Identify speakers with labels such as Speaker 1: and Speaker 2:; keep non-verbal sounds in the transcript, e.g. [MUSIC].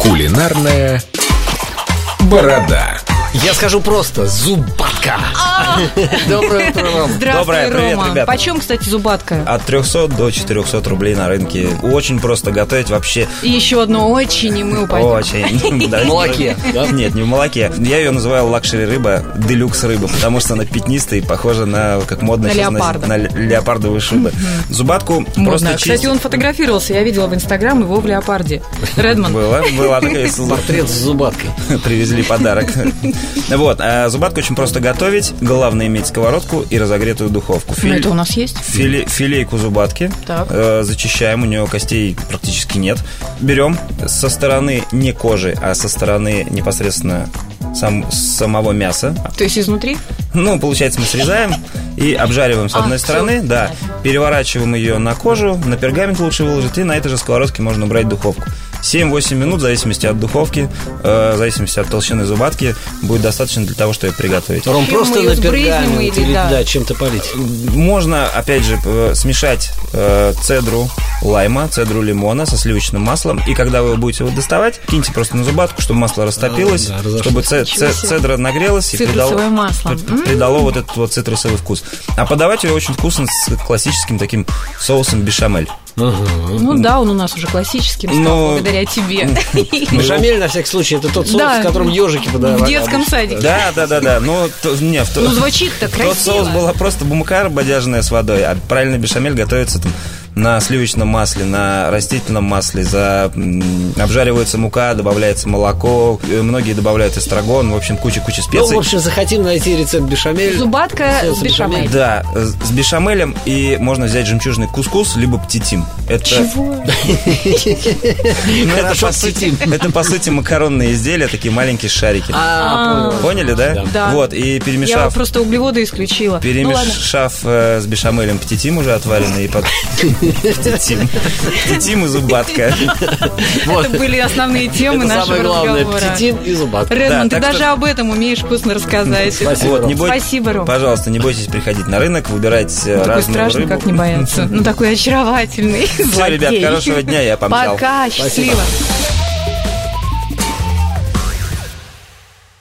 Speaker 1: Кулинарная борода.
Speaker 2: Я скажу просто, зубатка.
Speaker 3: А!
Speaker 4: Доброе утро вам.
Speaker 3: Здравствуй,
Speaker 5: Доброе, привет,
Speaker 3: Рома.
Speaker 5: ребята.
Speaker 3: Почем, кстати, зубатка?
Speaker 5: От 300 до 400 рублей на рынке. Очень просто готовить вообще.
Speaker 3: И еще одно очень, и мы упадем. [LAUGHS]
Speaker 5: Очень. Да,
Speaker 4: В молоке,
Speaker 5: не-
Speaker 4: да?
Speaker 5: Нет, не в молоке. Я ее называю лакшери рыба, делюкс рыба, потому что она пятнистая и похожа на, как модно
Speaker 3: На
Speaker 5: сейчас
Speaker 3: леопарда.
Speaker 5: носить, на ле- леопардовые шубы. Зубатку
Speaker 3: Модно.
Speaker 5: просто
Speaker 3: Кстати,
Speaker 5: чистить.
Speaker 3: он фотографировался, я видела в Инстаграм его в леопарде. Редман.
Speaker 5: Была,
Speaker 3: [LAUGHS]
Speaker 5: была такая
Speaker 4: Портрет с зубаткой.
Speaker 5: Привезли подарок. Вот, а зубатку очень просто готовить. Главное иметь сковородку и разогретую духовку.
Speaker 3: Ну,
Speaker 5: Филь-
Speaker 3: это у нас есть.
Speaker 5: Филе, филейку зубатки
Speaker 3: Так.
Speaker 5: э, зачищаем, у нее костей практически нет. Берем со стороны не кожи, а со стороны непосредственно сам, самого мяса.
Speaker 3: То есть изнутри?
Speaker 5: Ну, получается, мы срезаем и обжариваем с
Speaker 3: А,
Speaker 5: одной
Speaker 3: всё,
Speaker 5: стороны, да. Переворачиваем ее на кожу, на пергамент лучше выложить, и на этой же сковородке можно брать духовку. 7-8 минут, в зависимости от духовки, э, в зависимости от толщины зубатки, будет достаточно для того, чтобы ее приготовить.
Speaker 4: Ром,
Speaker 3: Чем мы
Speaker 4: просто
Speaker 3: её
Speaker 4: на
Speaker 3: сбрызнем
Speaker 4: пергамент
Speaker 3: или
Speaker 4: или
Speaker 3: да?
Speaker 4: да, чем-то
Speaker 3: [LAUGHS]
Speaker 4: полить.
Speaker 5: Можно, опять же, э, смешать э, цедру лайма, цедру лимона со сливочным маслом. И когда вы его будете его доставать, киньте просто на зубатку, чтобы масло растопилось,
Speaker 4: да, разошлось.
Speaker 5: чтобы це- це- цедра нагрелась и
Speaker 3: Цитрусовое
Speaker 5: придало,
Speaker 3: масло.
Speaker 5: при- придало вот этот вот цитрусовый вкус. А подавать ее очень вкусно с классическим таким соусом бешамель.
Speaker 3: Ну да, он у нас уже классическим стал,
Speaker 5: Но-
Speaker 3: благодаря тебе. [LAUGHS]
Speaker 4: Бешамель, на всякий случай, это тот соус,
Speaker 3: Да.
Speaker 4: с которым ежики подавали.
Speaker 3: В детском
Speaker 4: обычно.
Speaker 3: садике.
Speaker 5: Да, да, да, да. Ну, то- не, в то-
Speaker 3: Э, Ну, звучит-то красиво.
Speaker 5: Тот соус была просто бумакара бодяжная с водой, а правильно бешамель готовится там на сливочном масле, на растительном масле, за м, обжаривается мука, добавляется молоко, э, многие добавляют эстрагон, в общем, куча-куча
Speaker 4: Ну,
Speaker 5: специй.
Speaker 4: в общем, захотим найти рецепт бешамель.
Speaker 3: Зубатка
Speaker 4: Соус
Speaker 3: с бешамель.
Speaker 5: да, э, с бешамелем и можно взять жемчужный кускус, либо птитим. Это, [LAUGHS]
Speaker 3: Чего?
Speaker 5: ну, это,
Speaker 4: Хорошо,
Speaker 5: по сути,
Speaker 4: птитим.
Speaker 5: это по сути макаронные изделия, такие маленькие шарики.
Speaker 4: А, понял.
Speaker 5: Поняли, да?
Speaker 3: Да.
Speaker 5: Вот, и
Speaker 3: Я
Speaker 5: перемешав
Speaker 3: вот просто углеводы исключила. Ну ладно.
Speaker 5: Перемешав э, с бешамелем птитим уже отваренный и под... Птитим. Птитим и зубатка.
Speaker 4: Вот.
Speaker 3: Это были основные темы
Speaker 4: Это
Speaker 3: нашего
Speaker 4: самое главное,
Speaker 3: разговора.
Speaker 4: птитин и зубатка.
Speaker 3: Редмонд,
Speaker 5: Да,
Speaker 3: ты
Speaker 5: так
Speaker 3: даже
Speaker 5: что-
Speaker 3: об этом умеешь вкусно рассказать.
Speaker 4: Спасибо,
Speaker 5: Вот,
Speaker 4: Ром.
Speaker 5: не бой-
Speaker 3: Спасибо, Ром.
Speaker 5: Пожалуйста, не бойтесь приходить на рынок, выбирать э,
Speaker 3: Такой
Speaker 5: разную
Speaker 3: страшный,
Speaker 5: рыбу.
Speaker 3: как не бояться. Ну, такой очаровательный.
Speaker 5: Все, ребят,
Speaker 3: злодей.
Speaker 5: хорошего дня, я помчал.
Speaker 3: Пока, счастливо.